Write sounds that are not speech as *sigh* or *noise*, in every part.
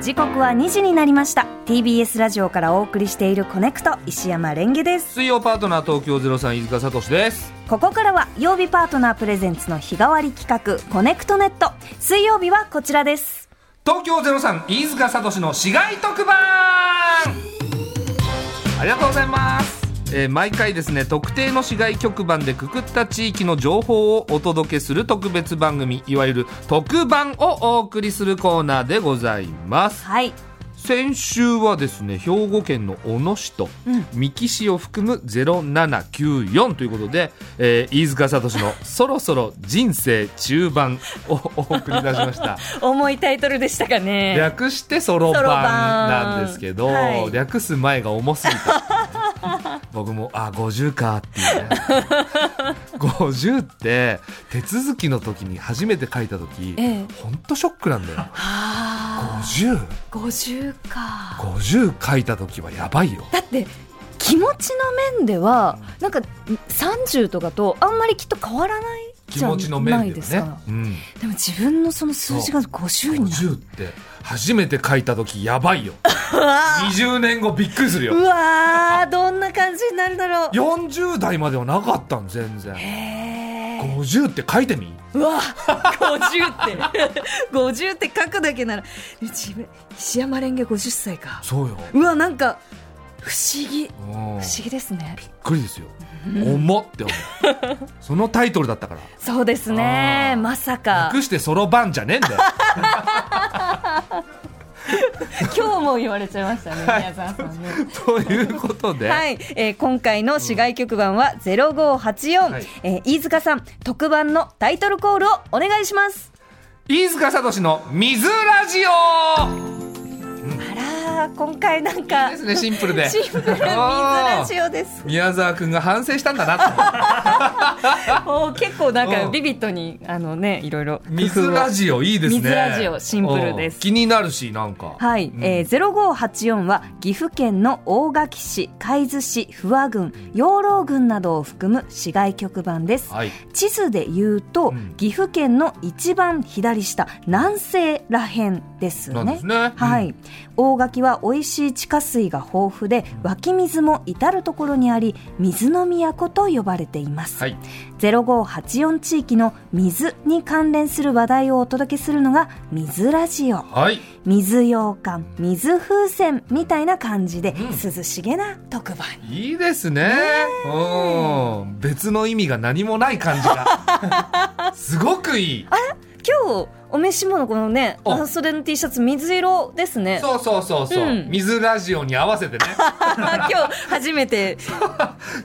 時刻は2時になりました TBS ラジオからお送りしているコネクト石山レンゲです水曜パートナー東京ゼロさん飯塚聡です。ここからは曜日パートナープレゼンツの日替わり企画コネクトネット水曜日はこちらです東京ゼロさん飯塚聡の市街特番。ありがとうございます。えー毎回ですね特定の市街局番でくくった地域の情報をお届けする特別番組いわゆる特番をお送りするコーナーでございますはい先週はですね兵庫県の小野市とうん三木市を含む0794ということで、えー飯塚聡の「そろそろ人生中盤」をお送り出し *laughs* ました。重いタイトルでしたかね略してソロ版なんですけど、ソロ版はい略す前が重すぎた *laughs* 僕もあ50かっていうね *laughs* 50って手続きの時に初めて書いた時ええほんとショックなんだよはあ5050 50か書いた時はやばいよだって気持ちの面ではなんか30とかとあんまりきっと変わらない気じゃ持ちの面ないでではすねかうん、でも自分のその数字が50になる50って初めて書いた時やばいよ20年後びっくりするう *laughs* よわーどんな感じになるだろう40代まではなかったの全然へー50って書いてみうわ50って50って書くだけなら自分石山レンゲ50歳かそうようわなんか不思議うん不思議ですねびっくりですよ、重っっ *laughs* て思うそのタイトルだったからそうですねあーまさか隠してソロ版じゃねえんだよ今日も言われちゃいましたね宮沢さ *laughs* んねということで、はい、えー今回の市外局番は0584、はいえー飯塚さん特番のタイトルコールをお願いします飯塚聡の「水ラジオあらー今回なん」かですねシンプルでシンプル水ラジオですおー宮沢君が反省したんだなとおー結構なんうかんビビットにあのねいろいろ工夫を水ラジオいいですね水ラジオシンプルですうん気になるしなんかはい、うんえー、0584は岐阜県の大垣市海津市不和郡養老郡などを含む市外局番です、はい地図で言うと、うん岐阜県の一番左下南西らへんですなよんでねす。ねはうんい、大垣は美味しい地下水が豊富で湧き水も至る所にあり水の都と呼ばれています、はい0584地域の水に関連する話題をお届けするのが水ラジオはい水羊羹水風船みたいな感じでう涼しげな特番にいいですね。うん。別の意味が何もない感じが。 *laughs* すごくいい。今日お召し物このねお半袖の T シャツ水色ですね *laughs* そうそうそうそう。うん水ラジオに合 *laughs* わせてね。今日初めて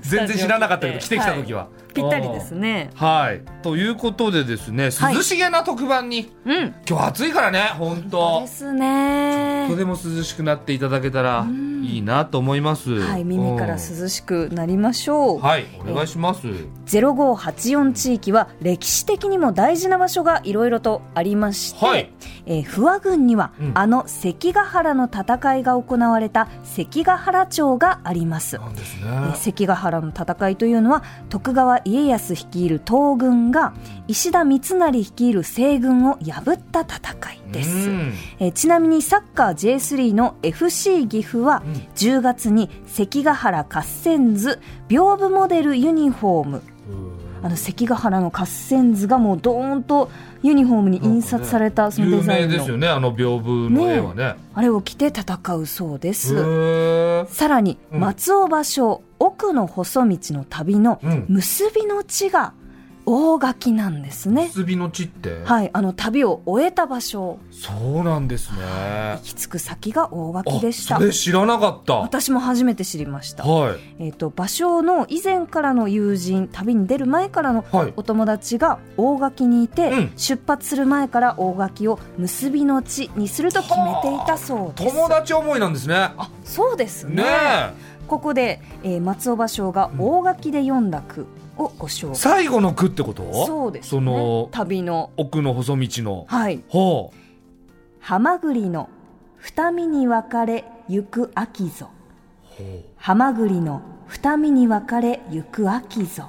全然知らなかったけど、ス来タてジオ来てきた時は。ぴったりですねうん。はい。ということでですね、はい涼しげな特番に、うん今日暑いからね、本で当。すねとても涼しくなっていただけたらんいいなと思います。はい耳からうん涼しくなりましょう、はい、お願いします。 0584地域は歴史的にも大事な場所がいろいろとありまして、はいえー不破郡には、うんあの関ヶ原の戦いが行われた関ヶ原町がありますなんですえねー。関ヶ原の戦いというのは徳川家康率いる東軍が石田三成率いる西軍を破った戦いです、うんえーちなみにサッカー J3 の FC 岐阜はうん10月に関ヶ原合戦図屏風モデルユニフォームあの関ヶ原の合戦図がもうドーンとユニフォームに印刷されたそのデ有ザイ名ンですよのね、あの屏風の絵はね。あれを着て戦うそうです、へーさらにうん松尾芭蕉奥の細道の旅のうん結びの地が大垣なんですね、結びの地って、はいあの旅を終えた場所そうなんですね行き着く先が大垣あでしたそれ知らなかったは私も初めて知りました、いえっと芭蕉の以前からの友人旅に出る前からのはいお友達が大垣にいて、うん出発する前から大垣を結びの地にすると決めていたそうです友達思いなんですねあそうですねねここで、えー松尾芭蕉が大垣で読んだ句をご紹え介、最後の句ってことそうですねその旅の奥の細道のはいほう「はまぐりの二見に分かれゆく秋ぞ」「はまぐりの二見に分かれゆく秋ぞ」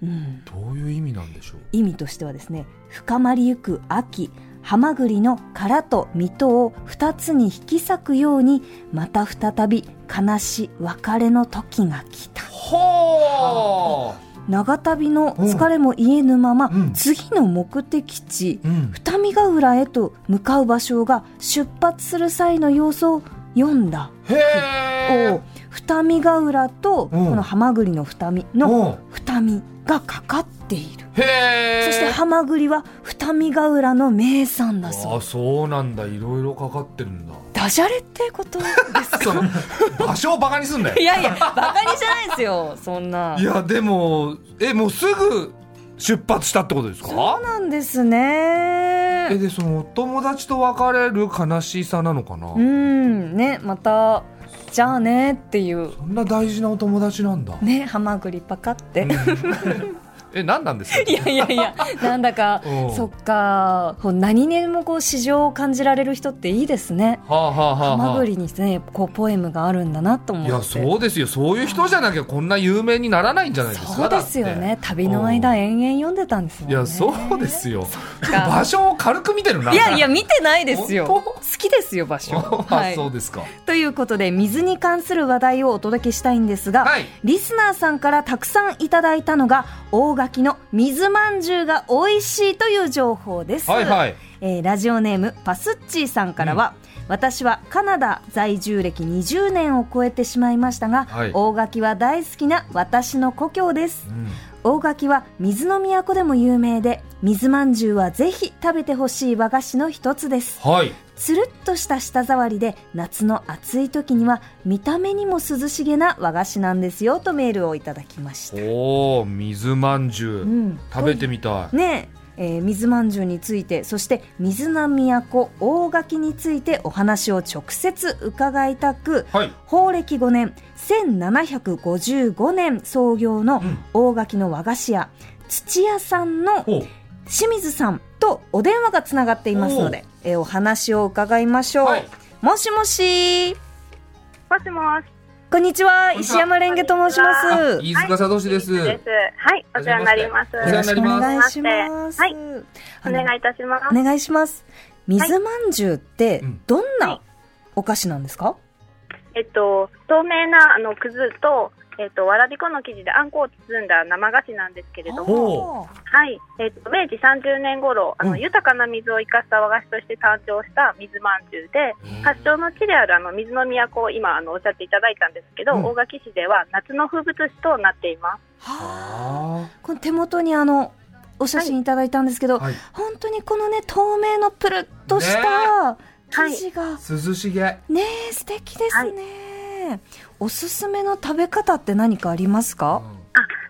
うんどういう意味なんでしょう意味としてはですね深まりゆく秋ハマグリの殻と身とを2つに引き裂くようにまた再び悲しい別れの時が来たほー長旅の疲れも癒えぬまま、うん次の目的地、うん二見ヶ浦へと向かう場所が出発する際の様子を読んだへを二見ヶ浦とこうんのハマグリの二見ーのおう二見がかかっているへーそしてハマグリは二見ヶ浦の名産だそあうそうなんだいろいろかかってる *laughs* んだダジャレって *laughs* ことですかその場所をバカにすんだ *laughs* よいやいやバカにしてないですよそんないやでもえもうすぐ出発したってことですそうかなんですねえでそのお友達と別れる悲しさなのかなうんねまたじゃあねっていうそんな大事なお友達なんだ、ねハマグリパカって、 *laughs* え何なん *laughs* ですかいやいやいやなんだかうんそっかこう何にでもこう市場を感じられる人っていいですねはあはあはあハはあマグリにねこうポエムがあるんだなと思っいてやそうですよそういう人じゃなきゃこんな有名にならないんじゃないですかそうですよだっねて旅の間延々読んでたんですもんいねやそうですよか場所を軽く見てるないいやいや見てないですよ本好きですよ場所 *laughs* あそうですかということで水に関する話題をお届けしたいんですが、はいリスナーさんからたくさんいただいたのが大垣の水まんじゅうが美味しいという情報です、はいはいえーラジオネームパスッチーさんからは、私はカナダ在住歴20年を超えてしまいましたが、はい大垣は大好きな私の故郷です大垣は水の都でも有名で水まんじゅうはぜひ食べてほしい和菓子の一つですはいつるっとした舌触りで夏の暑い時には見た目にも涼しげな和菓子なんですよとメールをいただきました、おお水まんじゅう、うん食べてみたいねええー水まんじゅうについてそして水の都大垣についてお話を直接伺いたくはい法暦5年1755年創業のうん大垣の和菓子屋土屋さんのほう清水さんとお電話がつながっていますので、えーお話を伺いましょう、はいもしもしもしもこんし。にちはこんにちは石山レンゲと申します飯塚聡です、はい、お世話になります。お世話によろしなりますくお願いします、はい、あおの願いいたします。お願いします水まんじゅうってうんどんはいなお菓子なんですか、えっと、透明なあのくずと、えっと、わらび粉の生地であんこを包んだ生菓子なんですけれども、ほはい、えっと、明治30年頃、あの、うん豊かな水を生かした和菓子として誕生した水まんじゅうで、発祥の地であるあの水の都を今あのおっしゃっていただいたんですけど、うん大垣市では夏の風物詩となっています。はああこの手元にあのお写真いただいたんですけど、ーはい本当にこのね透明のプルッとした生地が、涼しげねえ素敵ですね、おすすめの食べ方って何かありますか、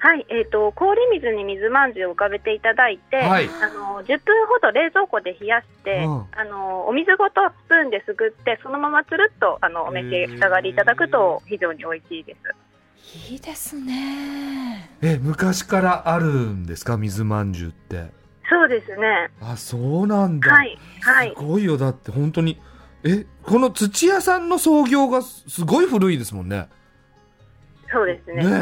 あはい、えっ、と、氷水に水まんじゅうを浮かべていただいて、はいあの10分ほど冷蔵庫で冷やして、うんあのお水ごとスプーンですくってそのままつるっとあのお召し上がりいただくと非常に美味しいです。いいですねえ昔からあるんですか水まんじゅうってそうですね。あそうなんだ、はいはいす。ごいよだって本当にえこの土屋さんの創業がすすごい古いですもんねそうですね。ね200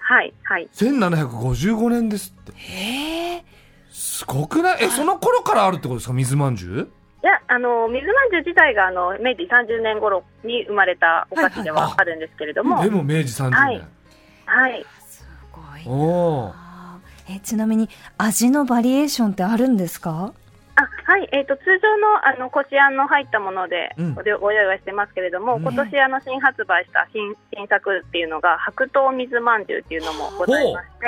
はいはい。 1755年ですってへえすごくないえその頃からあるってことですか水まんじゅういやあの水まんじゅう自体があの明治30年頃に生まれたお菓子ではいはいはあるんですけれども、はでい、も明治30年、はいはい、すごいなおーあえちなみに味のバリエーションってあるんですかあはい、えっ、と通常のあのこしあんの入ったものでうんご用ご用意はしてますけれども、うん今年あの新発売した新新作っていうのが白桃水まんじゅうっていうのもございまして、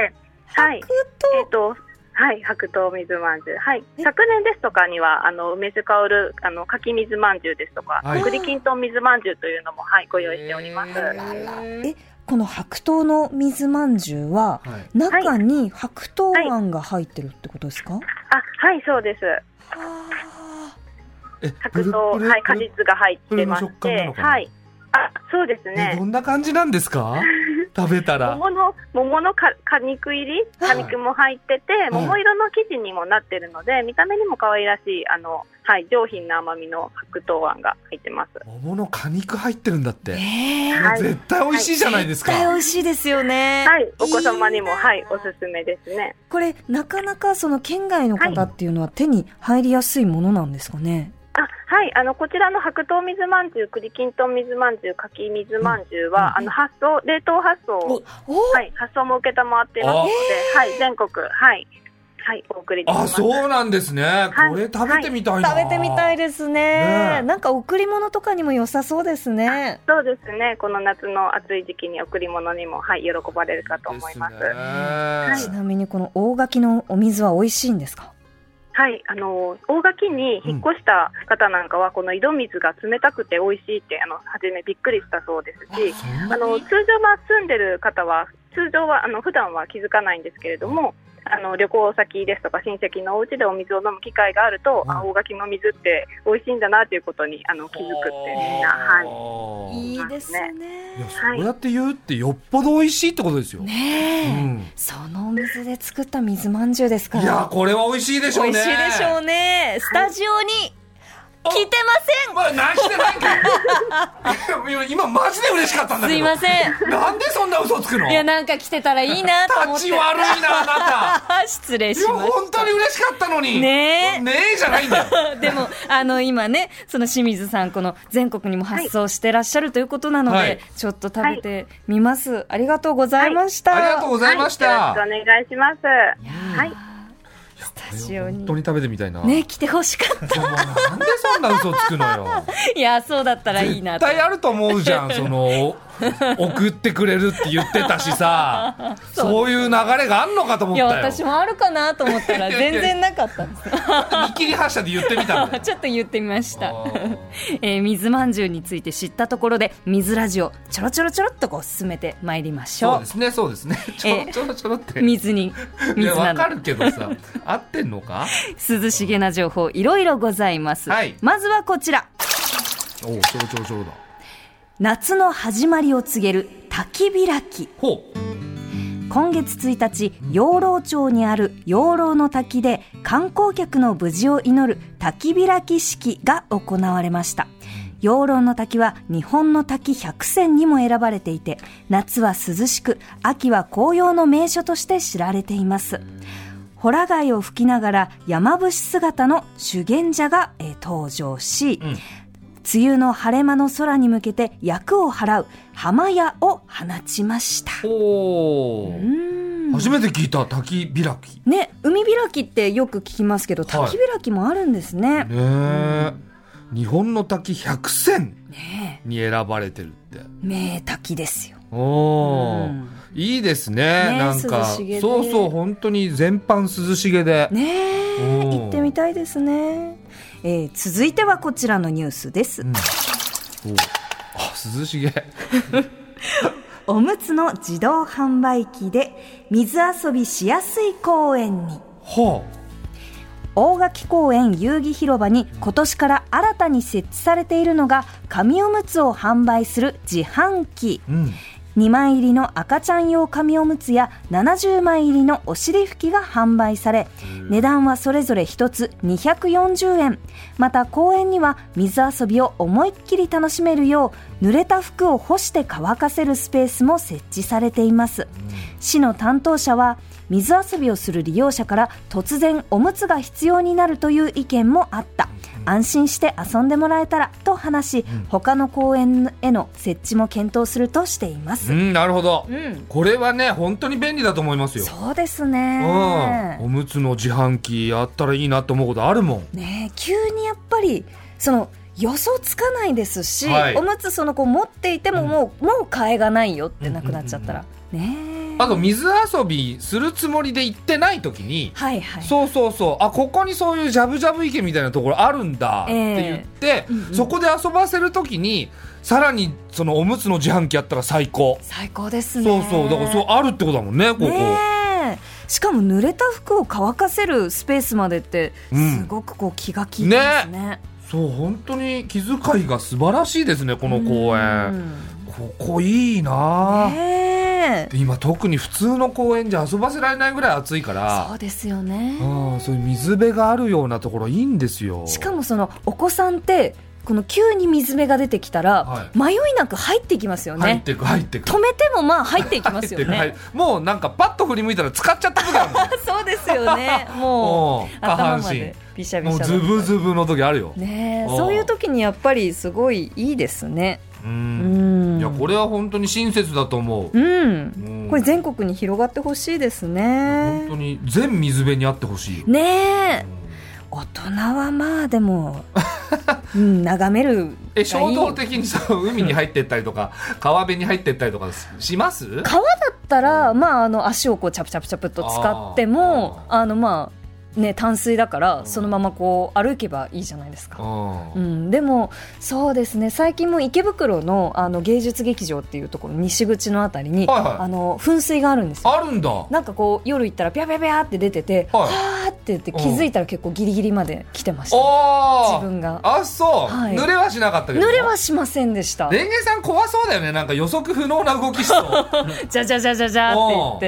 はい、えっ、とはい白桃水まんじゅう、はい、え昨年ですとかにはあの梅酒香るあの柿水まんじゅうですとか、はい栗きんとん水まんじゅうというのもはいご用意しております。へーえこの白桃の水まんじゅうははい中に白桃あんが入ってるってことですか、はあはいそうです。あえプ白ル桃プルはいプ果ル実が入ってまプルしの食感なての、かなはい、あそうですえね *laughs* ど。んな感じなんですか食べたら桃の桃のか果肉入り果肉も入ってて、桃色の生地にもなってるので見た目にも可愛らしいあの、はい、上品な甘みの白桃あんが入ってます桃の果肉入ってるんだって、えいーやはい絶対美味しいじゃないです絶か、対美味しいですよね。はいお子様にもいいなはいおすすめですねこれなかなかその県外の方っていうのは手に入りやすいものなんですかね。あはいあのこちらの白桃水まんじゅう栗きんとん水まんじゅう柿水まんじゅうは、うんあの発送冷凍発送おはい発送も承ってますので、はい全国はいはいお送りできまあすそうなんですね、いこれ食べてみたいな、食べてみたいですねねなんか贈り物とかにも良さそうですね。そうですね。この夏の暑い時期に贈り物にも、はい、喜ばれるかと思います。ですねちなみにこの大垣のお水は美味しいんですか。はい、あの、大垣に引っ越した方なんかは、この井戸水が冷たくて美味しいって、あの、初めびっくりしたそうですし、そんあなの、に通常は住んでる方は、通常は、あの、普段は気づかないんですけれども、あの旅行先ですとか親戚のお家でお水を飲む機会があると、うんあ大垣の水って美味しいんだなということにあの気づくってみんな、はい、はいいいでですすいやね。そうやって言うってよっぽど美味しいってことですよ、ねえ、うんそのお水で作った水まんじゅうですから。いやこれは美味しいでしょうね美味しいでしょうね。スタジオに来てままあ、何してないかいや *laughs* 今マジで嬉しかったんせん。だすけいどません。なんでそんな嘘つくのいやなんか来てたらいいなと思っ立て。ち悪いな *laughs* あな失礼たいしやまし本当に嬉しかったのにねえねえじゃ *laughs* ないんだよた。でもあの今ねその清水さんこの全国にも発送してらっしゃるということなので、はいちょっと食べてみます、ありがとうございました、ありがとうございました、はい、よろしくお願いします。はい。スタジオ本に当に食べてみたいな、ね来てほしかったでもなんでそんな嘘つくのよいやそうだったらいいな絶と対あると思う *laughs* じゃんその送ってくれるって言ってたしさそういう流れがあんのかと思っいたやよ私もあるかなと思ったら全然なかったん *laughs* です見切り発車で言ってみたんだよ *laughs* ちょっと言ってみましたあーえー水まんじゅうについて知ったところで水ラジオちょろちょろちょろっとこう進めてまいりましそうょですねそうですねちょろちょろちょろってう水にい水やなわのかるけど *laughs* さ合ってんのか涼しげな情報いろいろございます、はいまずはこちらおおちょろちょろちょろだ夏の始まりを告げる焚き開きほ今月1日養老町にある養老の滝で観光客の無事を祈る滝開き式が行われました養老の滝は日本の滝百選にも選ばれていて夏は涼しく秋は紅葉の名所として知られていますホラ貝を吹きながら山伏姿の修験者が、えー登場し、ん梅雨の晴れ間の空に向けて厄を払う浜屋を放ちましたうほううーん初めて聞いた滝開きね、海開きってよく聞きますけど、はい滝開きもあるんですね。ねえ日本の滝百選ねに選ばれてるってえ、名滝ですよ。おうお、んいいですねねなんか涼しげでそうそう本当に全般涼しげで、ねえ、おー行ってみたいですね。えー続いてはこちらのニュースです。うん、おーあ涼しげおむつの自動販売機で水遊びしやすい公園に。は大垣公園遊戯広場に今年から新たに設置されているのが紙おむつを販売する自販機。あ、うん、 2枚入りの赤ちゃん用紙おむつや70枚入りのお尻拭きが販売され値段はそれぞれ1つ240円また公園には水遊びを思いっきり楽しめるよう濡れた服を干して乾かせるスペースも設置されています市の担当者は水遊びをする利用者から突然おむつが必要になるという意見もあった安心して遊んでもらえたらと話し他の公園への設置も検討するとしていますう、ん、なるほど、うん、これはね本当に便利だと思いますよそうですうん、ねおむつの自販機あったらいいなと思うことあるもんねえ急にやっぱりその予想つかないですし、はいおむつそのこう持っていてももう、もう替えがないよってなくなっちゃったら、ねえあと水遊びするつもりで行ってない時に、はいはいそうそうそうあここにそういうジャブジャブ池みたいなところあるんだって言って、えうんうんそこで遊ばせる時にさらにそのおむつの自販機あったら最高、最高ですねそうそうだからそうあるってことだもんねここ、ねえしかも濡れた服を乾かせるスペースまでってうんすごくこう気が利いてますね,、そう本当に気遣いが素晴らしいですねこの公園、うんここいいな、ねえで今特に普通の公園じゃ遊ばせられないぐらい暑いからそうですよねうんそういう水辺があるようなところいいんですよしかもそのお子さんってこの急に水辺が出てきたら、は迷いなく入っていきますよ入っねてく入ってく止めてもまあ入っていきますよ入っねてく入ってもうなんかパッと振り向いたら使っちゃった時あ *laughs* るもんそうですよ *laughs* ねもううん下頭半まで身びしゃびもしうゃだズブズブの時あるよ、ねえうんそういう時にやっぱりすごいいいですねううんんいやこれは本当に親切だと思う、うんうんこれ全国に広がってほしいです本ね当に全水辺にあってほしいよ、ねえうん大人はまあで *laughs* も、うん、眺めるがえい衝い動的にその海に入ってったりとか川辺に入ってったりとかします川だったら、まあ、あの足をこうチャプチャプチャプっと使ってもああのまあね淡水だかうらんそのままこう歩けばいいじゃないですうか。んうん、でもそうですね最近も池袋のあの芸術劇場っていうところ西口のあたりに、はいはいあの噴水があるんですよあるんだはなんかこう夜行ったらピャピャピャって出てて、いはーって言って気づいたら結構ギリギリまで来てましたあ自分がああそう、はい濡れはしなかったけど濡れはしませんでしたレンゲさん怖そうだよねなんか予測不能な動きしそう *laughs* じゃじゃじゃじゃじゃって言って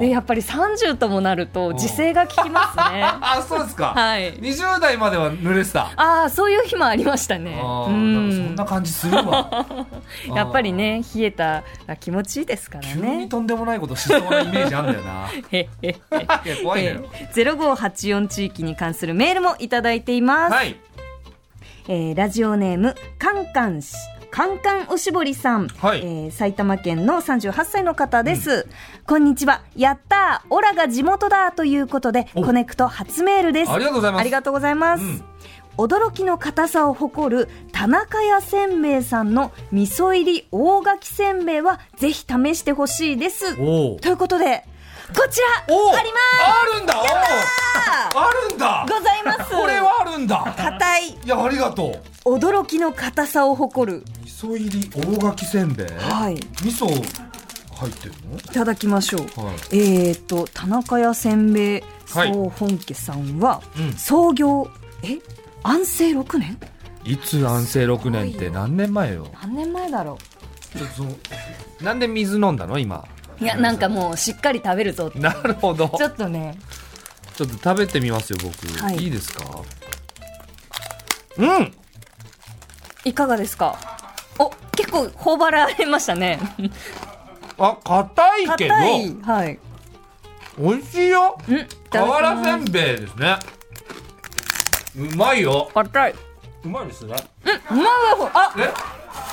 でうんやっぱり30ともなるとん時勢が効きます *laughs* ねあそうですか、はい20代までは濡れてたああそういう日もありましたねあうーなんかそんんな感じするわ *laughs* やっぱりね冷えたら気持ちいいですから急にねとんでもないことしそうなイメージあんだよ *laughs* なへへへいや怖いのよ、 0584地域に関するメールもいただいています、はいえーラジオネームカンカンしカンカンおしぼりさん、はいえー埼玉県の38歳の方です、こんにちはやったーオラが地元だということでおコネクト初メールですありがとうございますありがとうございます、うん驚きの硬さを誇る田中屋せんべいさんの味噌入り大垣せんべいはぜひ試してほしいですおおということでこちらおうありますあるんだおうあるんだございますこれはある *laughs* んだ硬いいやありがとう驚きの硬さを誇る味噌入り大垣せんべいはい味噌入ってるいただきましょうのはいえー、と田中屋せんべいはい総本家さんは、うん創業え安政6年いつ安政6年って何年前よ何年前だろちょっとそのなんで水飲んだの今ういやなんかもうしっかり食べるぞってなるほどちょっとねちょっと食べてみますよ僕、はいい、いですかうんいかがですかお結構頬張られましたねあ硬いけど硬いはい美味しいようんいただき瓦ますせんべいですねうまいよ硬いうまいですねまいあえ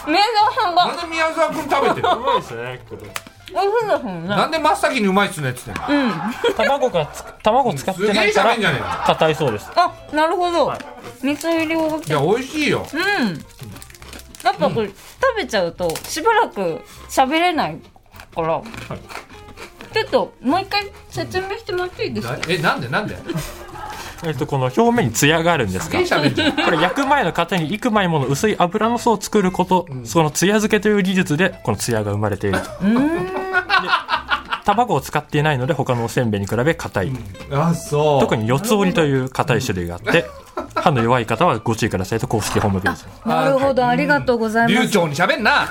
明蔵さんがなんで宮沢君 *laughs* 食べてるうまいですね。これ美味しいですもんねなんで真っ先にうまいっすねっつってんの卵がつく卵使ってないかすげえ喋んじゃねえよら硬いそうです。あなるほど、はい味噌入りをいや美味しいようん。やっぱこれ、食べちゃうとしばらく喋れないから、ちょっともう一回説明してもらっていいですか、なえなんでなんですえっとこの表面にツヤがあるん *laughs* ですげがえ。喋んじゃんこれ焼く前の型に幾枚もの薄い油の層を作ること、そのツヤ漬けという技術でこのツヤが生まれていると。で卵を使っていないので他のおせんべいに比べ硬い。あそう特に四つ折りという硬い種類があって、歯の弱い方はご注意くださいと公式ホームページ。なるほど、ありがとうございま流す。暢に喋んな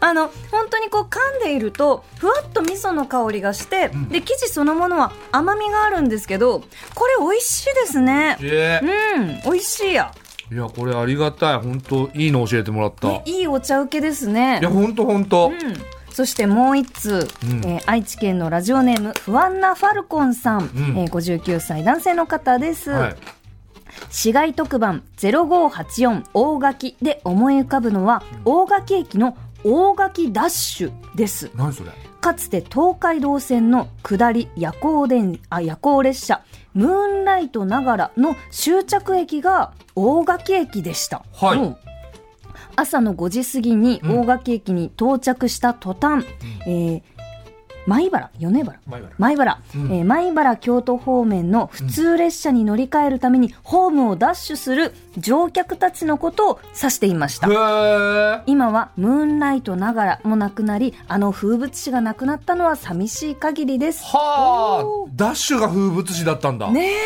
あの、本当にこう噛んでいると、ふわっと味噌の香りがして、で、生地そのものは甘みがあるんですけど、これ美味しいですね。えうん、美味しいや。いやこれありがたい本当いいの教えてもらったねいいいお茶受けですね。や本当本当うんそしてもう一通、うんえー愛知県のラジオネーム不安なファルコンさん、んえー59歳男性の方です、はい市街特番0584大垣で思い浮かぶのは、大垣駅の大垣ダッシュです何それかつて東海道線の下り夜行電あ夜行列車ムーンライトながらの終着駅が大垣駅でした、はいうん朝の5時過ぎに大垣駅に到着した途端、えー米原米原米原、えー米原京都方面の普通列車に乗り換えるためにホームをダッシュする乗客たちのことを指していましたへー今はムーンライトながらもなくなりあの風物詩がなくなったのは寂しい限りですはあおーダッシュが風物詩だったんだねえ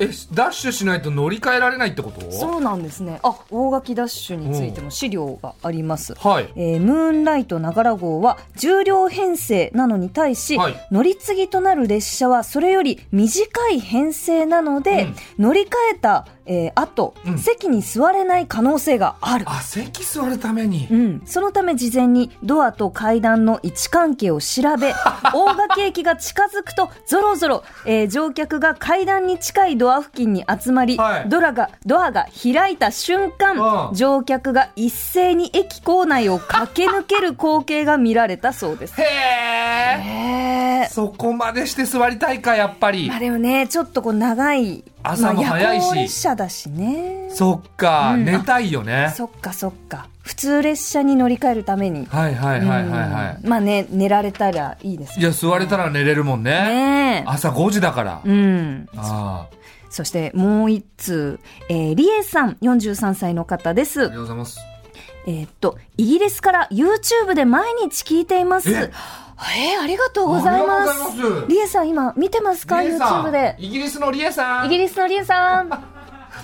えダッシュしないと乗り換えられないってことそうなんですねあ大垣ダッシュについても資料があります、はいえームーンライトながら号は重量編成なのに対し、はい乗り継ぎとなる列車はそれより短い編成なので、乗り換えた、えー後、うん席に座れない可能性があるあ席座るためにうん、そのため事前にドアと階段の位置関係を調 *laughs* べ大垣駅が近づくとぞろぞろ、えー乗客が階段に近いドア付近に集まり、はいドラがドアが開いた瞬間うん乗客が一斉に駅構内を駆け抜ける光景が見られたそうです。へ *laughs* えへーそこまでして座りたいかやっぱりまあでもねちょっとこう長い朝も早いしまあ夜行列車だしねそっか、うん寝たいよねそっかそっか普通列車に乗り換えるためにはいはいはいはいはうんまあね寝られたらいいですいいや座れたら寝れるもんねね朝5時だから、え。うん。ああそしてもう一通、えー、リエさん、43歳の方でありがす。とうございますえーっと、イギリスから YouTube で毎日聞いています。ええー、ありがとうございます。ありがとうございますリエさん、今見てますかリエさん ?YouTube で。イギリスのリエさイんギリスのリエさん、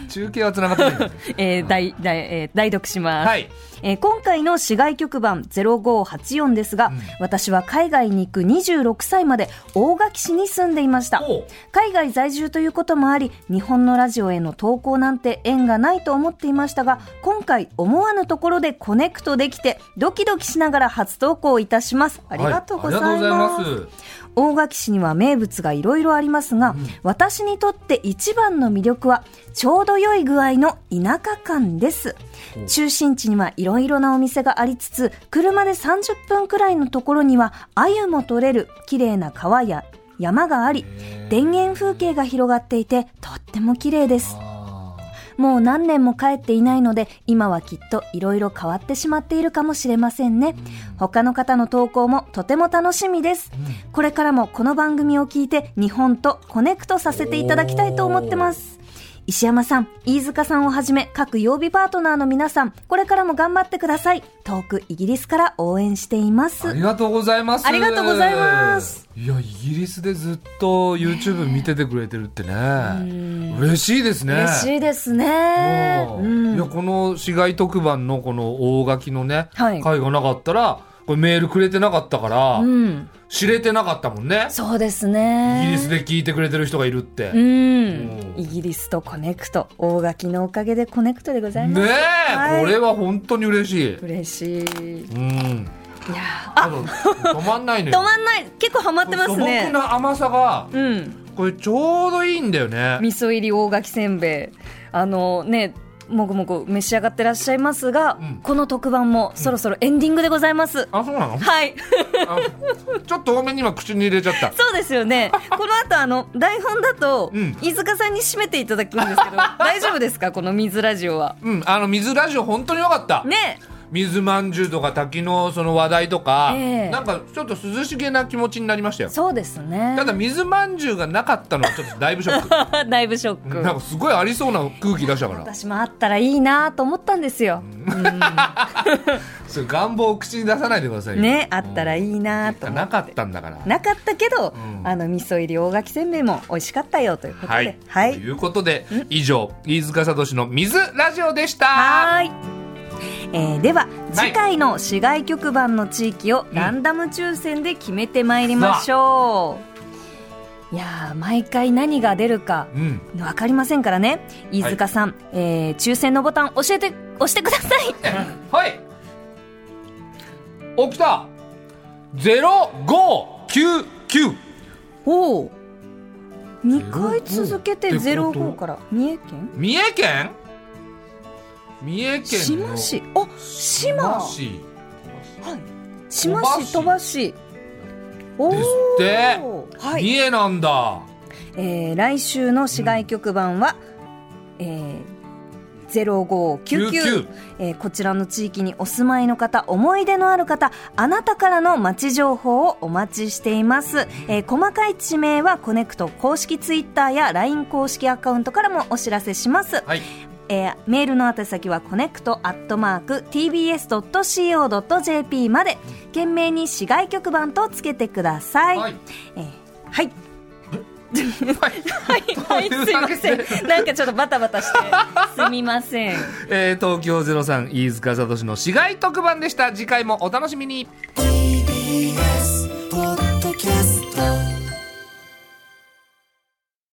中継はつながってないんだねえー、代、代、えー、代読します。はいえー今回の市外局番0584ですが、ん私は海外に行く26歳まで大垣市に住んでいましたほう海外在住ということもあり日本のラジオへの投稿なんて縁がないと思っていましたが今回思わぬところでコネクトできてドキドキしながら初投稿いたしますありがとうございます,、はいありがとうございます大垣市には名物がいろいろありますが、私にとって一番の魅力はちょうど良い具合の田舎感です中心地にはいろいろなお店がありつつ車で30分くらいのところには鮎も取れる綺麗な川や山があり田園風景が広がっていてとっても綺麗ですあもう何年も帰っていないので、今はきっといろいろ変わってしまっているかもしれませんね。他の方の投稿もとても楽しみです。これからもこの番組を聞いて日本とコネクトさせていただきたいと思ってます。石山さん、飯塚さんをはじめ各曜日パートナーの皆さん、これからも頑張ってください。遠くイギリスから応援していまーあすり。がとうございますありがとうございますいやイギリスでずっと YouTube 見ててくれてるってね嬉しいですね嬉しいですね。ううんいやん。この市街特番のこの大垣のね、はい会がなかったらこれメールくれてなかったから、うん。知れてなかったもんねそうですイね。ギリスで聞いてくれてる人がいるって、うねん、イギリスとコネクト大垣のおかげでコネクトでございます、え、はいこれは本当に嬉しい嬉しいいうんやーあ止まんないの *laughs* 止よまんない結構ハマってます素朴ねな甘さがうんこれちょうどいいんだよね味噌入り大垣せんべいあのねもぐもぐ召し上がってらっしゃいますが、うんこの特番もそろそろエンディングでございます、あそうなのはい *laughs* あちょっと多めに今口に入れちゃったそうですよねこの後あの台本だと、うん飯塚さんに締めていただくんです *laughs* けど大丈夫ですかこの水ラジオはうんあの水ラジオ本当によかったね水まんじゅうとか滝のその話題とか、ええなんかちょっと涼しげな気持ちになりましたよそうですねただ水まんじゅうがなかったのはちょっとだいぶシ *laughs* ョッだいぶショッククなんかすごいありそうな空気出したから私もあったらいいなと思ったんですよ。それ願望を口に出さないでくださいよね、あったらいいなとうん思なっかて。ったんだからなかったけど、んあの味噌入り大垣せんべいも美味しかったよということで。はい、はい。ということで以上飯塚聡の水ラジオでしたはーいえーでは次回の市外局番の地域をランダム抽選で決めてまいりましょう、いやー毎回何が出るかうん分かりませんからね飯塚さん、えー抽選のボタン教えて押してくださいはい起きた0599おお2回続けてってこと05から三重県三重県三重志県摩の市あ志摩はい島市志摩市鳥羽市おおですってはい、三重なんだえー、来週の市外局番は、えー、0599 99、えー、こちらの地域にお住まいの方思い出のある方あなたからの街情報をお待ちしています、えー、細かい地名はコネクト公式ツイッターや LINE 公式アカウントからもお知らせしますはいえーメールの宛先はコネクトアットマーク tbs.co.jp まで懸命に市外局番とつけてください。ははいい、えーはいはい、はい、 *laughs* というすいませわけん。なんかちょっとバタバタして、すみません。えー東京03飯塚聡の市街特番でした次回もお楽しみに TBS